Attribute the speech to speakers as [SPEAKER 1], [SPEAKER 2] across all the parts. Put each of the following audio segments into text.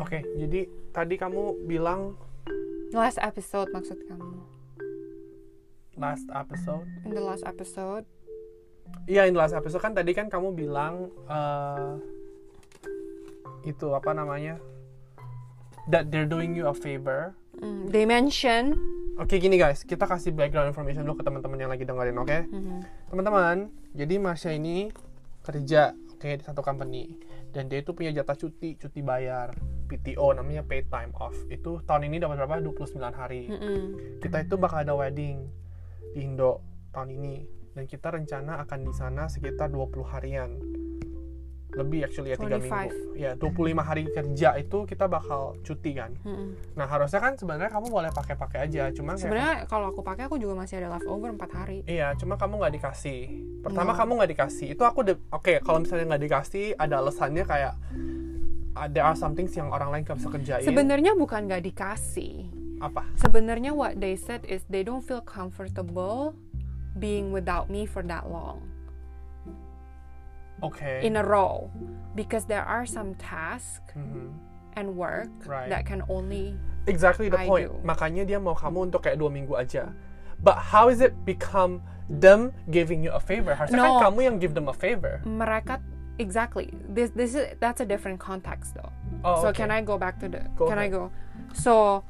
[SPEAKER 1] Oke, jadi tadi kamu bilang
[SPEAKER 2] Last episode maksud kamu.
[SPEAKER 1] last episode.
[SPEAKER 2] In the last episode,
[SPEAKER 1] Iya, in the last episode kan tadi kan kamu bilang eh, itu apa namanya? That they're doing you a favor.
[SPEAKER 2] mm, they mention
[SPEAKER 1] Oke, gini guys, kita kasih background information dulu ke teman-teman yang lagi dengerin, oke?
[SPEAKER 2] Mhm.
[SPEAKER 1] Teman-teman, jadi Marsha ini kerja oke di satu company dan dia itu punya jatah cuti, cuti bayar. PTO namanya paid time off. Itu tahun ini dapat berapa? 29 hari.
[SPEAKER 2] Mm-mm.
[SPEAKER 1] kita itu bakal ada wedding di Indo tahun ini dan kita rencana akan di sana sekitar 20 harian lebih actually ya 3 minggu
[SPEAKER 2] 25.
[SPEAKER 1] ya 25 hari kerja itu kita bakal cuti kan
[SPEAKER 2] Mm-mm.
[SPEAKER 1] nah harusnya kan sebenarnya kamu boleh pakai-pakai aja cuma kayak-
[SPEAKER 2] Sebenarnya kalau aku pakai aku juga masih ada leftover 4 hari.
[SPEAKER 1] Iya, cuma kamu nggak dikasih. Pertama
[SPEAKER 2] Iya.
[SPEAKER 1] kamu nggak dikasih. Itu aku udah oke. kalau misalnya nggak dikasih, ada alasannya kayak ada there are something yang orang lain nggak bisa kerjain.
[SPEAKER 2] Sebenarnya bukan nggak dikasih.
[SPEAKER 1] apa?
[SPEAKER 2] Sebenarnya what they said is they don't feel comfortable being without me for that long.
[SPEAKER 1] Oke.
[SPEAKER 2] in a row because there are some tasks
[SPEAKER 1] Mhm.
[SPEAKER 2] and work
[SPEAKER 1] Right.
[SPEAKER 2] that can only
[SPEAKER 1] Exactly the
[SPEAKER 2] I
[SPEAKER 1] point.
[SPEAKER 2] do.
[SPEAKER 1] Makanya dia mau kamu untuk kayak dua minggu aja. But how is it become them giving you a favor? Harusnya
[SPEAKER 2] No.
[SPEAKER 1] kan kamu yang give them a favor.
[SPEAKER 2] mereka exactly this this is that's a different context though
[SPEAKER 1] Oh,
[SPEAKER 2] so
[SPEAKER 1] okay.
[SPEAKER 2] can I go back to the
[SPEAKER 1] Go
[SPEAKER 2] can
[SPEAKER 1] ahead.
[SPEAKER 2] I go so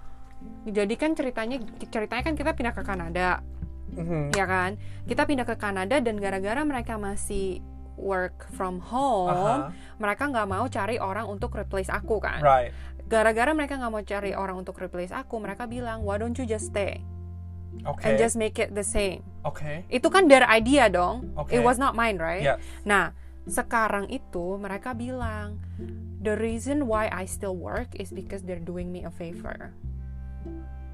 [SPEAKER 2] jadi kan ceritanya ceritanya kan kita pindah ke Kanada
[SPEAKER 1] Mhm.
[SPEAKER 2] ya kan kita pindah ke Kanada dan gara-gara mereka masih work from home
[SPEAKER 1] Aha.
[SPEAKER 2] mereka nggak mau cari orang untuk replace aku kan
[SPEAKER 1] Right.
[SPEAKER 2] gara-gara mereka nggak mau cari orang untuk replace aku mereka bilang why don't you just stay
[SPEAKER 1] Oke.
[SPEAKER 2] and just make it the same
[SPEAKER 1] Oke.
[SPEAKER 2] itu kan their idea dong.
[SPEAKER 1] Oke.
[SPEAKER 2] It was not mine, right?
[SPEAKER 1] Yes.
[SPEAKER 2] Nah, sekarang itu mereka bilang the reason why I still work is because they're doing me a favor.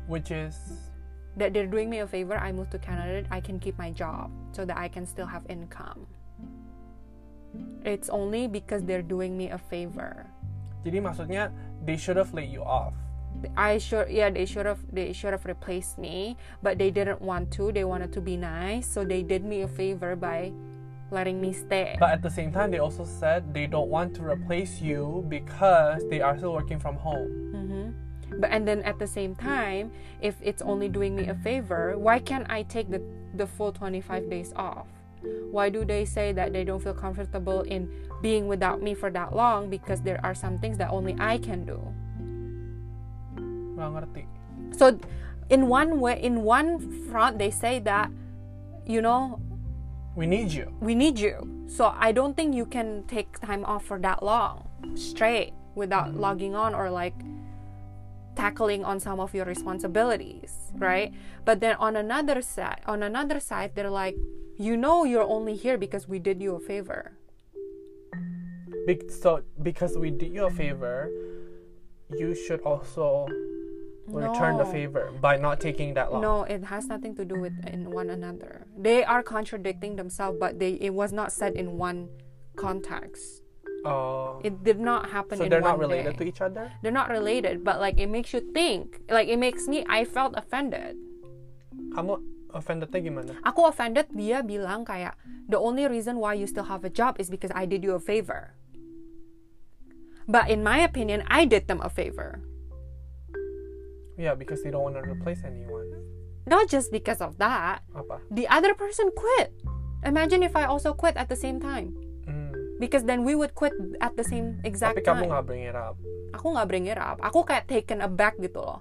[SPEAKER 1] Which is
[SPEAKER 2] That they're doing me a favor, I moved to Canada, I can keep my job so that I can still have income. It's only because they're doing me a favor.
[SPEAKER 1] jadi maksudnya they should have laid you off.
[SPEAKER 2] I should yeah, they should have they should have replaced me, but they didn't want to. They wanted to be nice, so they did me a favor by letting me stay.
[SPEAKER 1] But at the same time they also said they don't want to replace you because they are still working from home.
[SPEAKER 2] hmm But and then at the same time, if it's only doing me a favor, why can't I take the the full 25 days off? Why do they say that they don't feel comfortable in being without me for that long because there are some things that only I can do?
[SPEAKER 1] Nggak ngerti.
[SPEAKER 2] So in one way in one front they say that you know,
[SPEAKER 1] We need you.
[SPEAKER 2] we need you. So I don't think you can take time off for that long straight without logging on or like tackling on some of your responsibilities, right? But then on another side, on another side they're like you know you're only here because we did you a favor.
[SPEAKER 1] Be- so because we did you a favor, you should also return the
[SPEAKER 2] No.
[SPEAKER 1] favor by not taking that long.
[SPEAKER 2] No, it has nothing to do with in one another. They are contradicting themselves, but they it was not said in one context.
[SPEAKER 1] Oh.
[SPEAKER 2] It did not happen
[SPEAKER 1] so
[SPEAKER 2] in
[SPEAKER 1] they're
[SPEAKER 2] one
[SPEAKER 1] not related
[SPEAKER 2] day.
[SPEAKER 1] to each other?
[SPEAKER 2] they're not related, but like it makes you think. Like it makes me, I felt offended.
[SPEAKER 1] Kamu offendednya gimana?
[SPEAKER 2] Aku offended dia bilang kayak the only reason why you still have a job is because I did you a favor. But in my opinion, I did them a favor.
[SPEAKER 1] Yeah, because they don't want to replace anyone.
[SPEAKER 2] Not just because of that,
[SPEAKER 1] Apa?
[SPEAKER 2] the other person quit. Imagine if I also quit at the same time,
[SPEAKER 1] Hmm.
[SPEAKER 2] because then we would quit at the same exact
[SPEAKER 1] Tapi kamu
[SPEAKER 2] time.
[SPEAKER 1] nggak bring it up.
[SPEAKER 2] Aku nggak bring it up. Aku kayak taken aback gitu loh.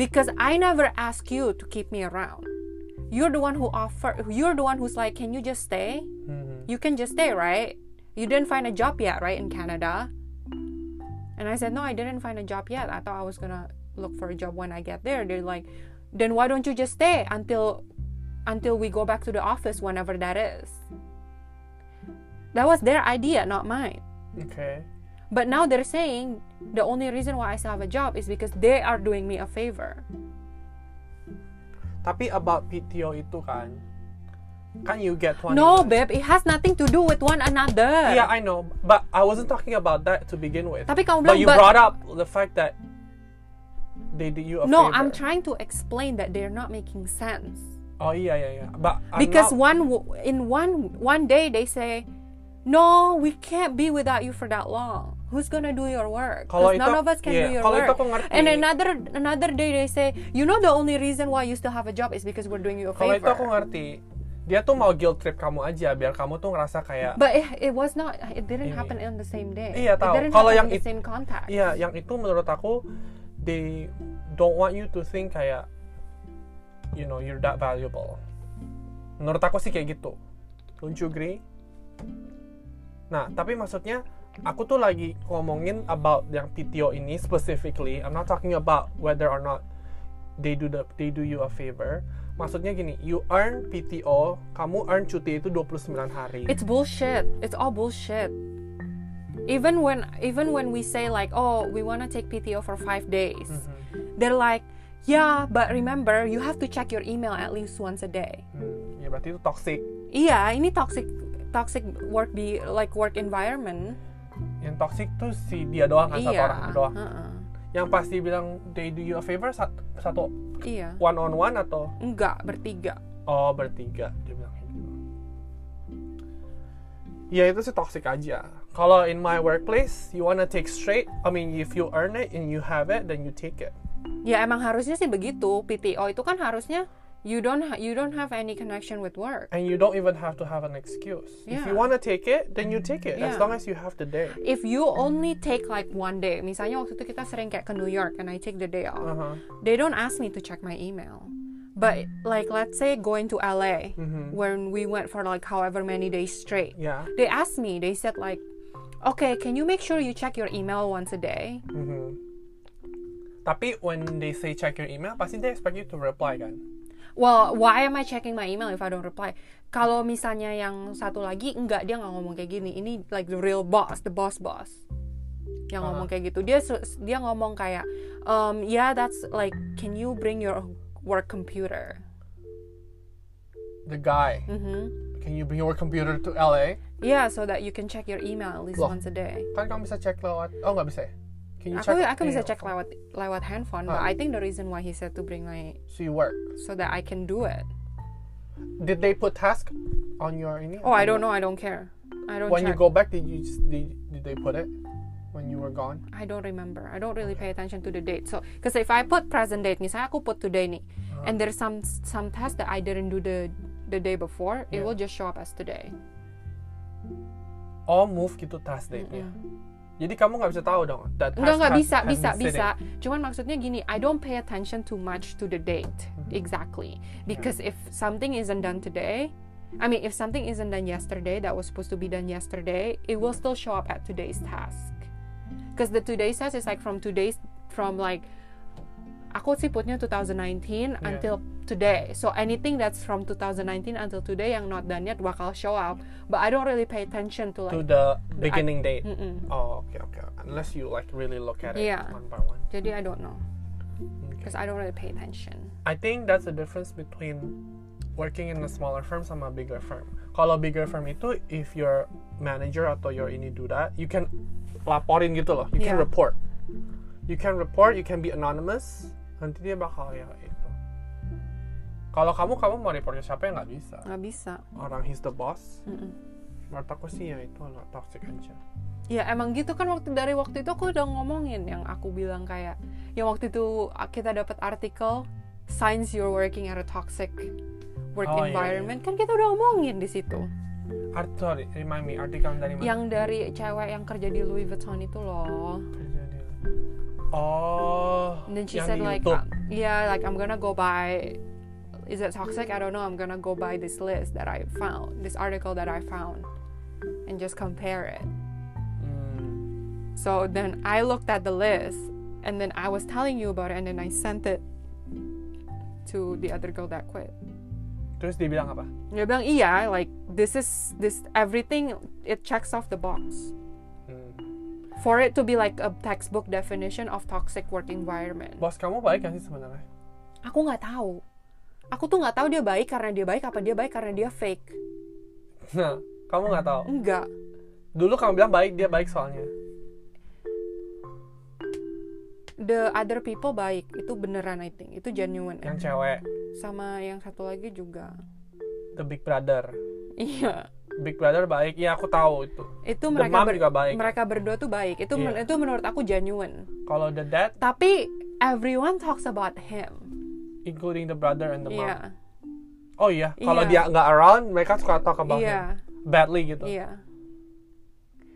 [SPEAKER 2] Because I never ask you to keep me around. You're the one who offer. You're the one who's like, can you just stay?
[SPEAKER 1] Mhm.
[SPEAKER 2] You can just stay, right? You didn't find a job yet, right, in Canada? And I said, no, I didn't find a job yet. I thought I was gonna look for a job when I get there. They're like, then why don't you just stay until until we go back to the office whenever that is? That was their idea, not mine.
[SPEAKER 1] Okay.
[SPEAKER 2] But now they're saying the only reason why I still have a job is because they are doing me a favor.
[SPEAKER 1] Tapi about PTO itu kan, kan you get one.
[SPEAKER 2] No, babe, it has nothing to do with one another.
[SPEAKER 1] Yeah, I know, but I wasn't talking about that to begin with.
[SPEAKER 2] Tapi kamu
[SPEAKER 1] but
[SPEAKER 2] bilang,
[SPEAKER 1] you
[SPEAKER 2] but-
[SPEAKER 1] brought up the fact that they did you a
[SPEAKER 2] no,
[SPEAKER 1] favor.
[SPEAKER 2] I'm trying to explain that they're not making sense.
[SPEAKER 1] Oh yeah, yeah, yeah. But I'm
[SPEAKER 2] because
[SPEAKER 1] not-
[SPEAKER 2] one w- in one one day they say, "No, we can't be without you for that long." Who's gonna do your work?
[SPEAKER 1] Kalau itu-
[SPEAKER 2] Because none of us can
[SPEAKER 1] yeah,
[SPEAKER 2] do your
[SPEAKER 1] kalau
[SPEAKER 2] work.
[SPEAKER 1] itu aku ngerti.
[SPEAKER 2] And another another day they say, you know the only reason why you still have a job is because we're doing you a
[SPEAKER 1] Kalau
[SPEAKER 2] favor.
[SPEAKER 1] itu aku ngerti. Dia tuh mau guilt trip kamu aja biar kamu tuh ngerasa kayak
[SPEAKER 2] But it, it was not. It
[SPEAKER 1] Ini.
[SPEAKER 2] didn't happen on the same day.
[SPEAKER 1] Iya,
[SPEAKER 2] It
[SPEAKER 1] tahu.
[SPEAKER 2] didn't
[SPEAKER 1] Kalau
[SPEAKER 2] happen
[SPEAKER 1] yang
[SPEAKER 2] in the
[SPEAKER 1] it-
[SPEAKER 2] same contact.
[SPEAKER 1] Iya, yang itu menurut aku they don't want you to think kayak you know you're that valuable. Menurut aku sih kayak gitu. Don't you agree? Nah, tapi maksudnya aku tuh lagi ngomongin about yang PTO ini specifically. I'm not talking about whether or not they do the they do you a favor. Maksudnya gini, you earn PTO, kamu earn cuti itu 29 hari.
[SPEAKER 2] It's bullshit. It's all bullshit. Even when even when we say like, oh, we want to take PTO for five days, they're like, yeah, but remember you have to check your email at least once a day.
[SPEAKER 1] Hmm, ya berarti itu toxic.
[SPEAKER 2] Iya, ini toxic toxic work be like work environment.
[SPEAKER 1] Yang toxic tuh si dia doang kan satu
[SPEAKER 2] iya.
[SPEAKER 1] orang itu doang.
[SPEAKER 2] heeh.
[SPEAKER 1] yang pasti bilang they do you a favor sat- satu
[SPEAKER 2] Iya.
[SPEAKER 1] one on one atau
[SPEAKER 2] Enggak bertiga.
[SPEAKER 1] oh bertiga dia bilang kayak gitu ya itu sih toxic aja kalau in my workplace you wanna take straight I mean if you earn it and you have it then you take it
[SPEAKER 2] Ya emang harusnya sih begitu. PTO itu kan harusnya you don't ha- you don't have any connection with work.
[SPEAKER 1] and you don't even have to have an excuse if you
[SPEAKER 2] Yeah.
[SPEAKER 1] wanna take it then you take it as
[SPEAKER 2] Yeah.
[SPEAKER 1] long as you have the day
[SPEAKER 2] If you only take like one day, misalnya waktu itu kita sering kayak ke New York and I take the day off.
[SPEAKER 1] Uh-huh.
[SPEAKER 2] They don't ask me to check my email. But like let's say going to LA when we went for like however many days straight.
[SPEAKER 1] Mm-hmm. yeah
[SPEAKER 2] They asked me, they said like, "Okay, can you make sure you check your email once a day?"
[SPEAKER 1] Mhm. tapi when they say check your email pasti they expect you to reply kan
[SPEAKER 2] Well, why am I checking my email if I don't reply? Kalau misalnya yang satu lagi enggak dia nggak ngomong kayak gini. Ini like the real boss, the boss boss. Yang ngomong kayak gitu. Dia su- dia ngomong kayak um yeah that's like can you bring your work computer?
[SPEAKER 1] the guy
[SPEAKER 2] Mhm.
[SPEAKER 1] can you bring your computer to LA
[SPEAKER 2] Yeah, so that you can check your email at least
[SPEAKER 1] Loh.
[SPEAKER 2] once a day.
[SPEAKER 1] kan kamu bisa cek lewat oh nggak bisa ya? Can you
[SPEAKER 2] Aku
[SPEAKER 1] check-
[SPEAKER 2] aku bisa
[SPEAKER 1] iya.
[SPEAKER 2] cek lewat lewat handphone, but
[SPEAKER 1] Ah.
[SPEAKER 2] I think the reason why he said to bring my
[SPEAKER 1] so you work
[SPEAKER 2] so that I can do it.
[SPEAKER 1] did they put task on your ini
[SPEAKER 2] Oh, I don't know, I don't care. I don't
[SPEAKER 1] Hmm. when you
[SPEAKER 2] check.
[SPEAKER 1] go back did you just, did, did they put it when you were gone
[SPEAKER 2] I don't remember. I don't really pay attention to the date. So, because if I put present date, misalnya aku put today nih, and there's some some task that I didn't do the the day before, it
[SPEAKER 1] Yeah.
[SPEAKER 2] will just show up as today.
[SPEAKER 1] oh move gitu task date nya jadi kamu nggak bisa tahu dong that task
[SPEAKER 2] Enggak enggak
[SPEAKER 1] has-
[SPEAKER 2] bisa
[SPEAKER 1] has
[SPEAKER 2] bisa
[SPEAKER 1] been
[SPEAKER 2] bisa.
[SPEAKER 1] sitting.
[SPEAKER 2] Cuman maksudnya gini, I don't pay attention too much to the date
[SPEAKER 1] Mm-hmm.
[SPEAKER 2] exactly because if something isn't done today, I mean if something isn't done yesterday that was supposed to be done yesterday, it will still show up at today's task. Because the today's task is like from today's from like aku sih putnya 2019 until today. So anything that's from 2019 until today yang not done yet bakal show up. But I don't really pay attention to like
[SPEAKER 1] to the beginning date
[SPEAKER 2] Mm-mm.
[SPEAKER 1] oh oke oke unless you like really look at it
[SPEAKER 2] Yeah.
[SPEAKER 1] one by one
[SPEAKER 2] Jadi I don't know
[SPEAKER 1] Okay.
[SPEAKER 2] because I don't really pay attention.
[SPEAKER 1] I think that's the difference between working in a smaller firm sama bigger firm. Kalau bigger firm itu if your manager atau your ini do that, you can laporin gitu loh. You can
[SPEAKER 2] Yeah.
[SPEAKER 1] report. You can report, you can be anonymous. Nanti dia bakal ya itu. Kalau kamu kamu mau report ke siapa ya nggak bisa.
[SPEAKER 2] nggak bisa
[SPEAKER 1] Orang he's the boss. Menurut aku sih ya itu agak toxic aja.
[SPEAKER 2] ya emang gitu kan waktu dari waktu itu aku udah ngomongin yang aku bilang kayak yang waktu itu ah, kita dapat artikel signs you're working at a toxic work
[SPEAKER 1] Oh, iya,
[SPEAKER 2] environment kan kita udah ngomongin di situ
[SPEAKER 1] Art, sorry, remind me artikel dari mana?
[SPEAKER 2] yang dari cewek yang kerja di Louis Vuitton itu loh
[SPEAKER 1] Kerja dia. Oh,
[SPEAKER 2] And then she
[SPEAKER 1] yang
[SPEAKER 2] said
[SPEAKER 1] di
[SPEAKER 2] like,
[SPEAKER 1] YouTube.
[SPEAKER 2] uh, yeah, like I'm gonna go buy. Is it toxic? I don't know. I'm gonna go buy this list that I found, this article that I found, and just compare it.
[SPEAKER 1] Hmm.
[SPEAKER 2] So then I looked at the list, and then I was telling you about it, and then I sent it to the other girl that quit.
[SPEAKER 1] Terus dia bilang apa?
[SPEAKER 2] Dia bilang iya, like this is this everything it checks off the box
[SPEAKER 1] Hmm.
[SPEAKER 2] for it to be like a textbook definition of toxic work environment.
[SPEAKER 1] Bos kamu baik gak sih sebenarnya?
[SPEAKER 2] aku nggak tahu aku tuh nggak tahu dia baik karena dia baik apa dia baik karena dia fake
[SPEAKER 1] Nah, kamu nggak tahu.
[SPEAKER 2] enggak
[SPEAKER 1] Dulu kamu bilang baik, dia baik soalnya.
[SPEAKER 2] the other people baik itu beneran I think itu genuine
[SPEAKER 1] Yang cewek,
[SPEAKER 2] sama yang satu lagi juga
[SPEAKER 1] the big brother.
[SPEAKER 2] iya
[SPEAKER 1] Big Brother baik, ya aku tahu itu.
[SPEAKER 2] itu
[SPEAKER 1] The
[SPEAKER 2] mereka
[SPEAKER 1] Mom
[SPEAKER 2] ber-
[SPEAKER 1] juga baik.
[SPEAKER 2] mereka berdua tuh baik itu men-
[SPEAKER 1] Iya.
[SPEAKER 2] itu menurut aku genuine
[SPEAKER 1] Kalau the dad,
[SPEAKER 2] tapi everyone talks about him
[SPEAKER 1] including the brother and the mom.
[SPEAKER 2] iya
[SPEAKER 1] Oh iya, kalau
[SPEAKER 2] Iya.
[SPEAKER 1] dia nggak around, mereka suka talk about
[SPEAKER 2] iya
[SPEAKER 1] him badly gitu.
[SPEAKER 2] iya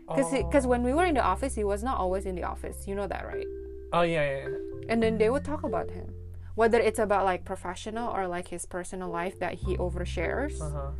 [SPEAKER 1] Oh.
[SPEAKER 2] because when we were in the office he was not always in the office you know that right
[SPEAKER 1] Oh iya, iya. iya.
[SPEAKER 2] and then they would talk about him whether it's about like professional or like his personal life that he overshares
[SPEAKER 1] Uh-huh.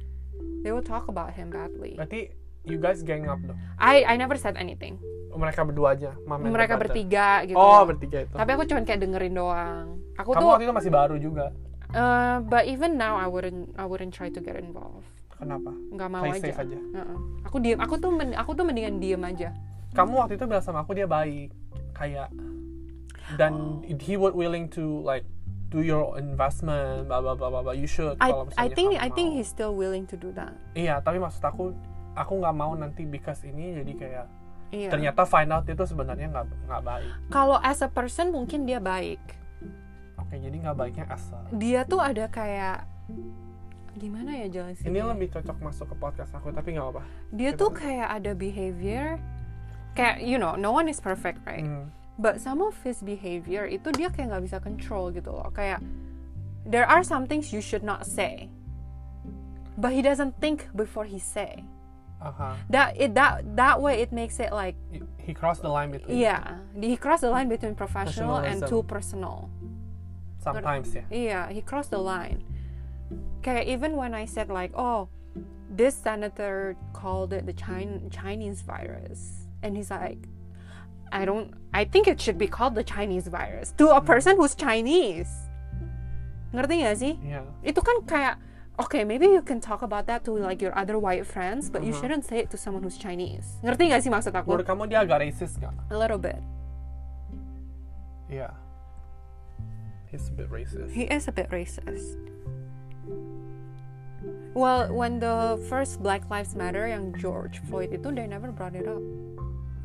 [SPEAKER 2] they would talk about him badly
[SPEAKER 1] Berarti you guys gang up dong.
[SPEAKER 2] I I never said anything
[SPEAKER 1] Mereka berdua aja, mom and the
[SPEAKER 2] mereka
[SPEAKER 1] brother.
[SPEAKER 2] bertiga gitu
[SPEAKER 1] Oh, bertiga itu.
[SPEAKER 2] tapi aku cuman kayak dengerin doang aku
[SPEAKER 1] Kamu
[SPEAKER 2] tuh
[SPEAKER 1] waktu itu masih baru juga.
[SPEAKER 2] uh, but even now I wouldn't I wouldn't try to get involved
[SPEAKER 1] Kenapa?
[SPEAKER 2] nggak mau
[SPEAKER 1] Play
[SPEAKER 2] aja.
[SPEAKER 1] safe aja.
[SPEAKER 2] Heeh. Aku diem, aku tuh men- aku tuh mendingan diem aja.
[SPEAKER 1] Kamu waktu itu bilang sama aku dia baik, kayak dan he would willing to like do your investment, bla bla bla bla. bla. You should.
[SPEAKER 2] I
[SPEAKER 1] kalau
[SPEAKER 2] I
[SPEAKER 1] misalnya
[SPEAKER 2] think
[SPEAKER 1] kamu
[SPEAKER 2] I think
[SPEAKER 1] mau.
[SPEAKER 2] he's still willing to do that.
[SPEAKER 1] Iya, tapi maksud aku aku nggak mau nanti because ini jadi kayak
[SPEAKER 2] Iya.
[SPEAKER 1] ternyata find out itu sebenarnya nggak nggak baik.
[SPEAKER 2] Kalau as a person mungkin dia baik.
[SPEAKER 1] Oke, jadi nggak baiknya asal.
[SPEAKER 2] Dia tuh ada kayak gimana ya jelasin?
[SPEAKER 1] Ini lebih cocok masuk ke podcast aku, tapi nggak apa.
[SPEAKER 2] Dia tuh kayak ada behavior kayak you know no one is perfect right.
[SPEAKER 1] Hmm.
[SPEAKER 2] But some of his behavior itu dia kayak nggak bisa control gitu loh. Kayak there are some things you should not say. But he doesn't think before he say.
[SPEAKER 1] Aha.
[SPEAKER 2] That it that that way it makes it like
[SPEAKER 1] He crossed the line between
[SPEAKER 2] Iya, di- he crossed the line between professional and
[SPEAKER 1] Professionalism.
[SPEAKER 2] too personal.
[SPEAKER 1] sometimes ya.
[SPEAKER 2] Iya, he crossed the line. Kayak even when I said like, oh, this senator called it the Chin- Chinese virus, and he's like, I don't, I think it should be called the Chinese virus to a person who's Chinese. Ngerti gak sih?
[SPEAKER 1] Iya.
[SPEAKER 2] Itu kan kayak, okay, maybe you can talk about that to like your other white friends, but you shouldn't say it to someone who's Chinese. Ngerti gak sih maksud aku?
[SPEAKER 1] Menurut kamu dia agak racist nggak?
[SPEAKER 2] A little bit.
[SPEAKER 1] Iya. He's a bit racist.
[SPEAKER 2] He is a bit racist. Well, when the first Black Lives Matter yang George Floyd itu, they never brought it up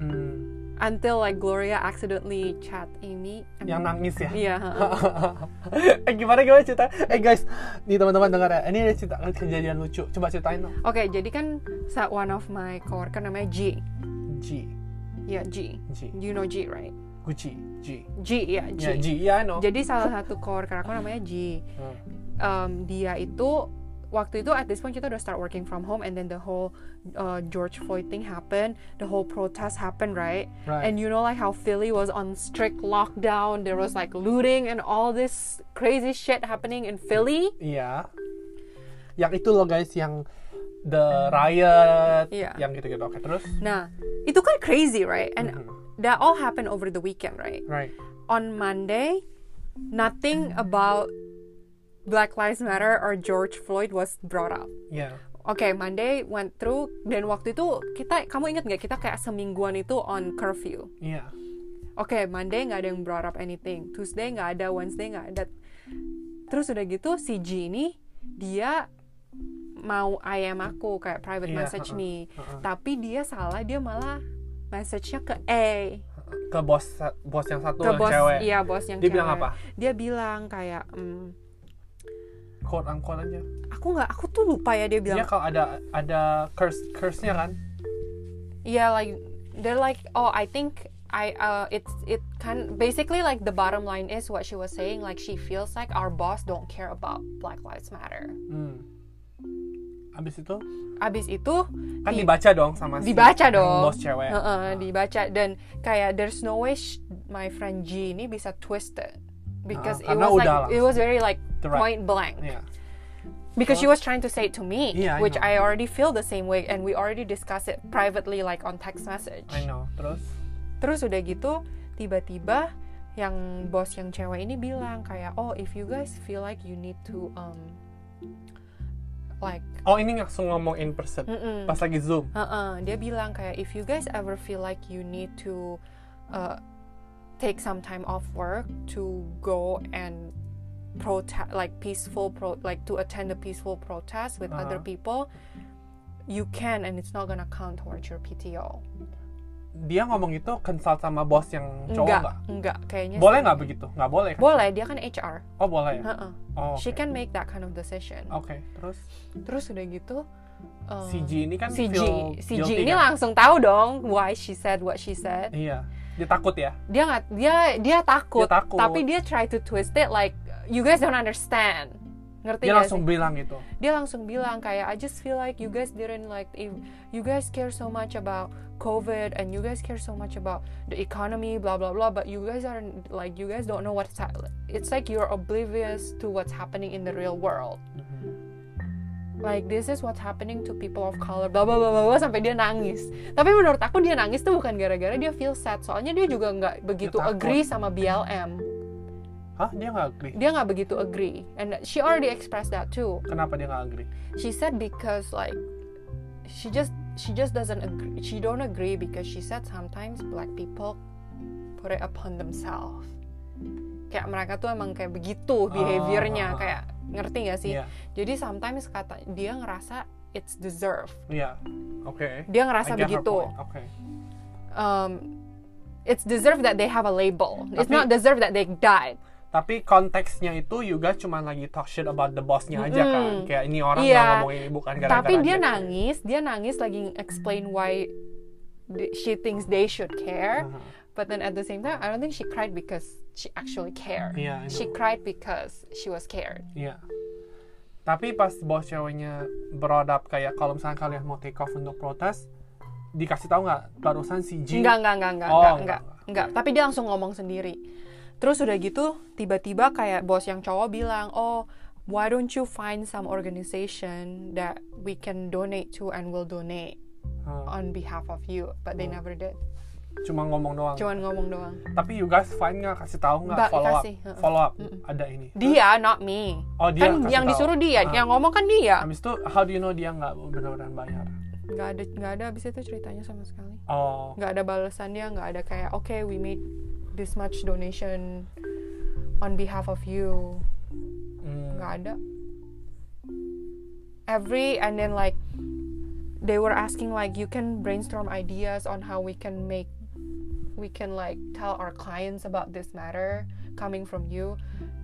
[SPEAKER 1] Hmm.
[SPEAKER 2] until like Gloria accidentally chat Amy. I
[SPEAKER 1] Yang
[SPEAKER 2] mean-
[SPEAKER 1] nangis ya.
[SPEAKER 2] Iya. heeh.
[SPEAKER 1] eh gimana gimana cerita? Eh guys, nih teman-teman dengar ya. Ini ada cerita kejadian lucu. Coba ceritain dong.
[SPEAKER 2] Oke, jadi kan sa- one of my coworker kan namanya G.
[SPEAKER 1] G,
[SPEAKER 2] Ya G.
[SPEAKER 1] G,
[SPEAKER 2] You know G, right?
[SPEAKER 1] Gucci, G.
[SPEAKER 2] G, ya G.
[SPEAKER 1] Ya G, ya I know.
[SPEAKER 2] Jadi salah satu coworker aku namanya G.
[SPEAKER 1] Hmm.
[SPEAKER 2] um, dia itu waktu itu at this point kita udah start working from home and then the whole uh, George Floyd thing happened, the whole protest happened, right?
[SPEAKER 1] Right.
[SPEAKER 2] And you know like how Philly was on strict lockdown, there was like looting and all this crazy shit happening in Philly.
[SPEAKER 1] Iya. Yang itu loh guys, yang the riot,
[SPEAKER 2] Iya.
[SPEAKER 1] yang gitu-gitu. Oke, terus?
[SPEAKER 2] Nah, itu kan crazy, right? And that all happened over the weekend, right?
[SPEAKER 1] Right.
[SPEAKER 2] On Monday, nothing about Black Lives Matter or George Floyd was brought up.
[SPEAKER 1] Iya.
[SPEAKER 2] Oke, Monday went through dan waktu itu kita kamu ingat nggak kita kayak semingguan itu on curfew.
[SPEAKER 1] Iya.
[SPEAKER 2] Oke, Monday nggak ada yang brought up anything. Tuesday nggak ada, Wednesday nggak ada. Terus udah gitu si G ini dia mau IM aku kayak private
[SPEAKER 1] Iya,
[SPEAKER 2] message
[SPEAKER 1] uh-uh,
[SPEAKER 2] me.
[SPEAKER 1] uh-uh.
[SPEAKER 2] Tapi dia salah, dia malah message-nya ke A.
[SPEAKER 1] Ke bos bos yang satu Oh,
[SPEAKER 2] Ke
[SPEAKER 1] yang
[SPEAKER 2] bos,
[SPEAKER 1] cewek.
[SPEAKER 2] iya bos yang
[SPEAKER 1] Dia bilang
[SPEAKER 2] cewek.
[SPEAKER 1] apa?
[SPEAKER 2] Dia bilang kayak, "Mm,
[SPEAKER 1] Quote unquote aja.
[SPEAKER 2] aku nggak, aku tuh lupa ya dia bilang
[SPEAKER 1] Dia kalau ada ada curse curse-nya kan?
[SPEAKER 2] yeah like they're like oh i think i uh it's it can basically like the bottom line is what she was saying like she feels like our boss don't care about black lives matter
[SPEAKER 1] Hmm. Abis itu
[SPEAKER 2] abis itu
[SPEAKER 1] kan
[SPEAKER 2] di-
[SPEAKER 1] dibaca dong sama si
[SPEAKER 2] dibaca
[SPEAKER 1] yang
[SPEAKER 2] dong
[SPEAKER 1] bos cewek. Ah.
[SPEAKER 2] Heeh, dibaca dan kayak there's no way sh- my friend G ini bisa twist it because
[SPEAKER 1] Heeh,
[SPEAKER 2] it
[SPEAKER 1] Ah, karena
[SPEAKER 2] was like
[SPEAKER 1] udah
[SPEAKER 2] it was very like
[SPEAKER 1] Direct.
[SPEAKER 2] point blank
[SPEAKER 1] Iya.
[SPEAKER 2] because she was trying to say it to me
[SPEAKER 1] Yeah, I
[SPEAKER 2] which
[SPEAKER 1] know.
[SPEAKER 2] I already feel the same way and we already discussed it privately like on text message
[SPEAKER 1] I know. Terus
[SPEAKER 2] Terus udah gitu tiba-tiba yang bos yang cewek ini bilang kayak oh if you guys feel like you need to um like
[SPEAKER 1] oh ini langsung ngomong in person
[SPEAKER 2] Mm-mm.
[SPEAKER 1] pas lagi zoom.
[SPEAKER 2] uh-uh. dia bilang kayak if you guys ever feel like you need to uh, take some time off work to go and protest like peaceful pro like to attend a peaceful protest with other
[SPEAKER 1] Uh-huh.
[SPEAKER 2] people you can and it's not gonna count towards your PTO
[SPEAKER 1] Dia ngomong itu consult sama bos yang cowok
[SPEAKER 2] enggak
[SPEAKER 1] nggak?
[SPEAKER 2] enggak kayaknya
[SPEAKER 1] Boleh
[SPEAKER 2] sih.
[SPEAKER 1] nggak begitu? Nggak boleh kan?
[SPEAKER 2] boleh dia kan HR
[SPEAKER 1] Oh boleh ya?
[SPEAKER 2] Heeh.
[SPEAKER 1] Oh, oke.
[SPEAKER 2] She
[SPEAKER 1] Oh.
[SPEAKER 2] can make that kind of decision.
[SPEAKER 1] Oke, terus
[SPEAKER 2] Terus udah gitu, um,
[SPEAKER 1] CG ini kan
[SPEAKER 2] CG
[SPEAKER 1] feel
[SPEAKER 2] CG
[SPEAKER 1] guilty
[SPEAKER 2] ini
[SPEAKER 1] kan?
[SPEAKER 2] langsung tahu dong why she said what she said
[SPEAKER 1] Iya. Dia takut ya.
[SPEAKER 2] dia nggak dia dia takut,
[SPEAKER 1] Dia takut.
[SPEAKER 2] tapi dia try to twist it like you guys don't understand ngerti
[SPEAKER 1] Dia
[SPEAKER 2] nggak
[SPEAKER 1] langsung
[SPEAKER 2] Iya sih?
[SPEAKER 1] bilang gitu.
[SPEAKER 2] dia langsung bilang kayak I just feel like you guys didn't like if you guys care so much about COVID and you guys care so much about the economy blah blah blah but you guys aren't like you guys don't know what's hap- it's like you're oblivious to what's happening in the real world like this is what's happening to people of color blah blah blah blah, blah sampai dia nangis tapi menurut aku dia nangis tuh bukan gara-gara dia feel sad soalnya dia juga nggak begitu
[SPEAKER 1] takut.
[SPEAKER 2] agree sama BLM
[SPEAKER 1] Hah? Dia nggak agree.
[SPEAKER 2] dia nggak begitu agree and she already expressed that too
[SPEAKER 1] Kenapa dia nggak agree?
[SPEAKER 2] she said because like she just she just doesn't agree she don't agree because she said sometimes black people put it upon themselves kayak mereka tuh emang kayak begitu behaviornya
[SPEAKER 1] ah, ah.
[SPEAKER 2] kayak ngerti gak sih
[SPEAKER 1] Iya.
[SPEAKER 2] jadi sometimes kata dia ngerasa it's deserved
[SPEAKER 1] Iya. Oke.
[SPEAKER 2] dia
[SPEAKER 1] I
[SPEAKER 2] ngerasa
[SPEAKER 1] get her
[SPEAKER 2] begitu
[SPEAKER 1] point. Oke.
[SPEAKER 2] um, it's deserved that they have a label it's
[SPEAKER 1] Tapi-
[SPEAKER 2] not deserved that they died
[SPEAKER 1] Tapi konteksnya itu juga cuman lagi talk shit about the bossnya aja kan. Kayak ini orang
[SPEAKER 2] Iya.
[SPEAKER 1] nggak ngomong ini bukan gara-gara
[SPEAKER 2] tapi dia
[SPEAKER 1] dia.
[SPEAKER 2] nangis dia nangis lagi explain why th- she thinks they should care
[SPEAKER 1] Uh-huh.
[SPEAKER 2] but then at the same time i don't think she cried because she actually cared
[SPEAKER 1] Iya, I know.
[SPEAKER 2] she cried because she was scared
[SPEAKER 1] Iya. Tapi pas bos ceweknya brought up kayak kalau misalnya kalian mau take off untuk protes, dikasih tahu nggak barusan si G?
[SPEAKER 2] enggak enggak enggak enggak
[SPEAKER 1] Oh,
[SPEAKER 2] enggak,
[SPEAKER 1] enggak,
[SPEAKER 2] enggak enggak tapi dia langsung ngomong sendiri terus udah gitu tiba-tiba kayak bos yang cowok bilang oh why don't you find some organization that we can donate to and will donate
[SPEAKER 1] Hmm,
[SPEAKER 2] on behalf of you but they never did
[SPEAKER 1] Cuma ngomong doang.
[SPEAKER 2] cuman ngomong doang
[SPEAKER 1] Tapi you guys fine nggak kasih tahu nggak
[SPEAKER 2] Ba-
[SPEAKER 1] follow up?
[SPEAKER 2] kasih, heeh.
[SPEAKER 1] Follow up ada ini.
[SPEAKER 2] dia not me
[SPEAKER 1] Oh, dia
[SPEAKER 2] kan
[SPEAKER 1] kasih
[SPEAKER 2] yang
[SPEAKER 1] tahu.
[SPEAKER 2] disuruh dia
[SPEAKER 1] Ah.
[SPEAKER 2] yang ngomong kan dia
[SPEAKER 1] Habis itu how do you know dia nggak benar-benar bayar?
[SPEAKER 2] nggak ada nggak ada abis itu ceritanya sama sekali
[SPEAKER 1] Oh,
[SPEAKER 2] nggak ada balasan dia nggak ada kayak oke we made this much donation on behalf of you
[SPEAKER 1] hmm,
[SPEAKER 2] nggak ada every and then like they were asking like you can brainstorm ideas on how we can make we can like tell our clients about this matter coming from you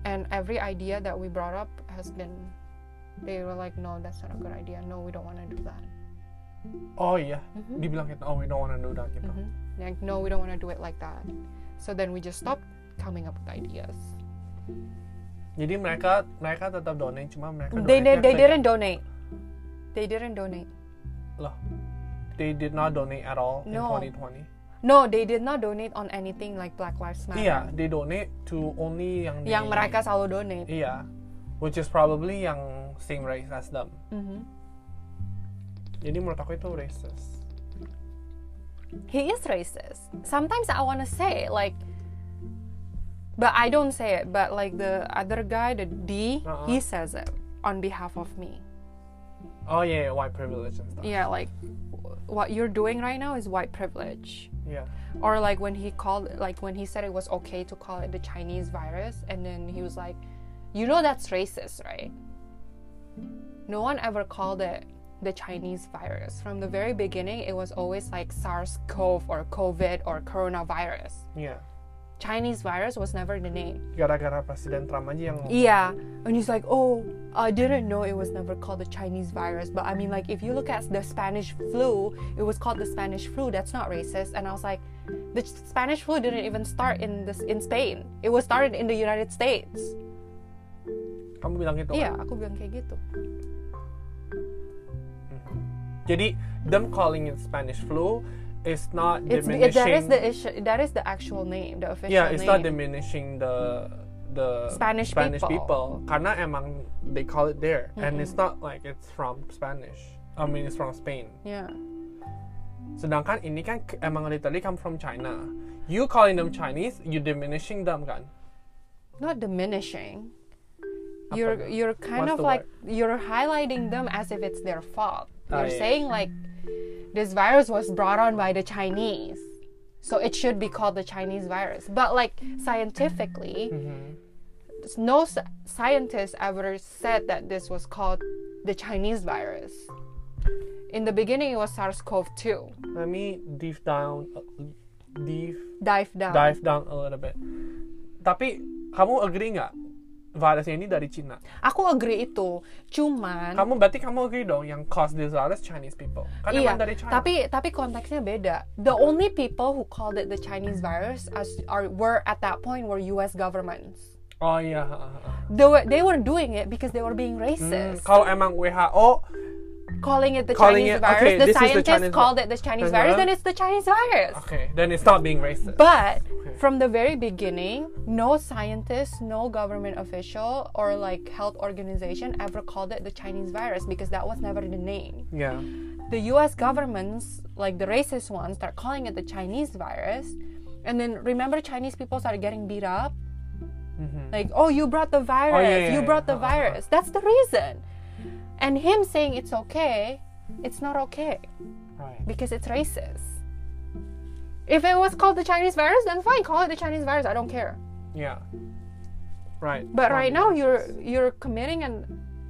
[SPEAKER 2] and every idea that we brought up has been they were like no that's not a good idea no we don't want to do that
[SPEAKER 1] oh iya, dibilang gitu. Oh, we don't wanna do that gitu.
[SPEAKER 2] Mm-hmm. like no we don't want to do it like that so then we just stopped coming up with ideas
[SPEAKER 1] Jadi mereka mereka tetap donate, cuma mereka
[SPEAKER 2] they, they,
[SPEAKER 1] donate-nya
[SPEAKER 2] they
[SPEAKER 1] ke-
[SPEAKER 2] didn't donate they didn't donate
[SPEAKER 1] loh. They did not donate at all
[SPEAKER 2] No.
[SPEAKER 1] in 2020.
[SPEAKER 2] No, they did not donate on anything like Black Lives Matter.
[SPEAKER 1] Iya, they donate to only yang di-
[SPEAKER 2] Nah. Yang mereka selalu donate.
[SPEAKER 1] Iya, which is probably yang same race as them.
[SPEAKER 2] Mhm.
[SPEAKER 1] Jadi menurut aku itu racist.
[SPEAKER 2] He is racist. Sometimes I wanna say like, but I don't say it. But like the other guy, the D,
[SPEAKER 1] Uh-uh.
[SPEAKER 2] he says it on behalf of me.
[SPEAKER 1] Oh yeah, yeah, white privilege and stuff.
[SPEAKER 2] Yeah, like what you're doing right now is white privilege.
[SPEAKER 1] Yeah.
[SPEAKER 2] Or like when he called, like when he said it was okay to call it the Chinese virus, and then he was like, you know that's racist, right? No one ever called it the Chinese virus. From the very beginning, it was always like SARS-CoV or COVID or coronavirus.
[SPEAKER 1] Iya.
[SPEAKER 2] Chinese virus was never the name.
[SPEAKER 1] Gara-gara presiden Trump aja yang
[SPEAKER 2] Yeah. And he's like, oh, I didn't know it was never called the Chinese virus. But I mean, like, if you look at the Spanish flu, it was called the Spanish flu. That's not racist. And I was like, the Spanish flu didn't even start in this in Spain. It was started in the United States.
[SPEAKER 1] kamu bilang gitu.
[SPEAKER 2] Iya,
[SPEAKER 1] kan?
[SPEAKER 2] aku bilang kayak gitu.
[SPEAKER 1] Jadi them calling it Spanish flu is not
[SPEAKER 2] It's, it, that is
[SPEAKER 1] diminishing.
[SPEAKER 2] the issue, that is the actual name, the official
[SPEAKER 1] yeah, it's
[SPEAKER 2] name.
[SPEAKER 1] not diminishing the the
[SPEAKER 2] Spanish people.
[SPEAKER 1] Karena emang they call it there, and it's not like it's from Spanish. I mean, it's from Spain.
[SPEAKER 2] yeah.
[SPEAKER 1] Sedangkan ini kan k- emang literally come from China. You calling them Chinese, you diminishing them kan?
[SPEAKER 2] Not diminishing.
[SPEAKER 1] Apa
[SPEAKER 2] You're
[SPEAKER 1] tuh?
[SPEAKER 2] you're kind
[SPEAKER 1] What's
[SPEAKER 2] of
[SPEAKER 1] the
[SPEAKER 2] like you're highlighting them as if it's their fault.
[SPEAKER 1] Ah,
[SPEAKER 2] You're
[SPEAKER 1] iya.
[SPEAKER 2] saying like this virus was brought on by the Chinese. So it should be called the Chinese virus. But like scientifically,
[SPEAKER 1] Mm-hmm.
[SPEAKER 2] s- no s- scientist ever said that this was called the Chinese virus. In the beginning, it was SARS-CoV-2.
[SPEAKER 1] Let me dive down, uh, dive
[SPEAKER 2] Dive down.
[SPEAKER 1] dive down a little bit. Tapi kamu agree nggak virusnya ini dari Cina.
[SPEAKER 2] Aku agree itu. Cuman
[SPEAKER 1] Kamu berarti kamu agree dong yang cause this virus Chinese people. Kan
[SPEAKER 2] iya,
[SPEAKER 1] emang dari China.
[SPEAKER 2] tapi tapi konteksnya beda. The only people who called it the Chinese virus as are were at that point were US governments.
[SPEAKER 1] oh iya. ha, ha, ha.
[SPEAKER 2] They were they were doing it because they were being
[SPEAKER 1] Hmm,
[SPEAKER 2] racist.
[SPEAKER 1] Kalau emang WHO,
[SPEAKER 2] calling it the
[SPEAKER 1] Calling it-
[SPEAKER 2] Chinese virus.
[SPEAKER 1] okay,
[SPEAKER 2] the
[SPEAKER 1] this is the
[SPEAKER 2] scientists
[SPEAKER 1] Chinese-
[SPEAKER 2] called it the Chinese
[SPEAKER 1] Uh-huh.
[SPEAKER 2] virus, then it's the Chinese virus.
[SPEAKER 1] okay, then it's not being racist.
[SPEAKER 2] But from the very beginning, no scientist, no government official, or like health organization ever called it the Chinese virus because that was never the name.
[SPEAKER 1] yeah.
[SPEAKER 2] The US governments, like the racist ones, start calling it the Chinese virus. And then remember, Chinese people started getting beat up? Like, oh, you brought the virus,
[SPEAKER 1] Mm-hmm. yeah,
[SPEAKER 2] you
[SPEAKER 1] yeah,
[SPEAKER 2] brought the
[SPEAKER 1] yeah. Uh-huh.
[SPEAKER 2] virus. That's the reason. And him saying it's okay, it's not okay
[SPEAKER 1] Right.
[SPEAKER 2] because it's racist. If it was called the Chinese virus, then fine, call it the Chinese virus. I don't care.
[SPEAKER 1] Yeah. Right.
[SPEAKER 2] But right now,
[SPEAKER 1] you
[SPEAKER 2] you're you're committing and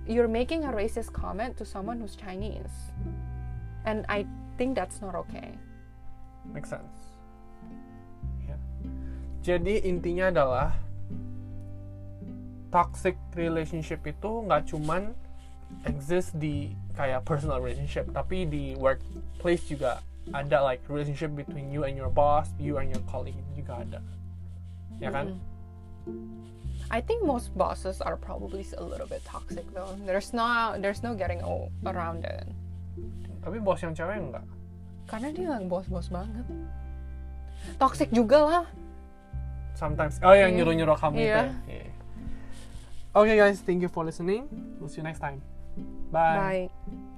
[SPEAKER 2] you're making a racist comment to someone who's Chinese, and I think that's not okay.
[SPEAKER 1] Makes sense. Yeah. Jadi intinya adalah toxic relationship itu nggak cuman exist di kayak personal relationship, tapi di workplace juga ada like relationship between you and your boss, you and your colleague juga ada. Ya kan?
[SPEAKER 2] I think most bosses are probably a little bit toxic though. There's no there's no getting o- around it.
[SPEAKER 1] Tapi bos yang cewek enggak.
[SPEAKER 2] Karena dia nggak bos-bos banget. Toxic juga lah.
[SPEAKER 1] Sometimes. Oh, yang
[SPEAKER 2] Iya.
[SPEAKER 1] nyuruh-nyuruh kamu itu.
[SPEAKER 2] Iya.
[SPEAKER 1] ya? Iya. Okay guys, thank you for listening. We'll see you next time. Bye.
[SPEAKER 2] Bye.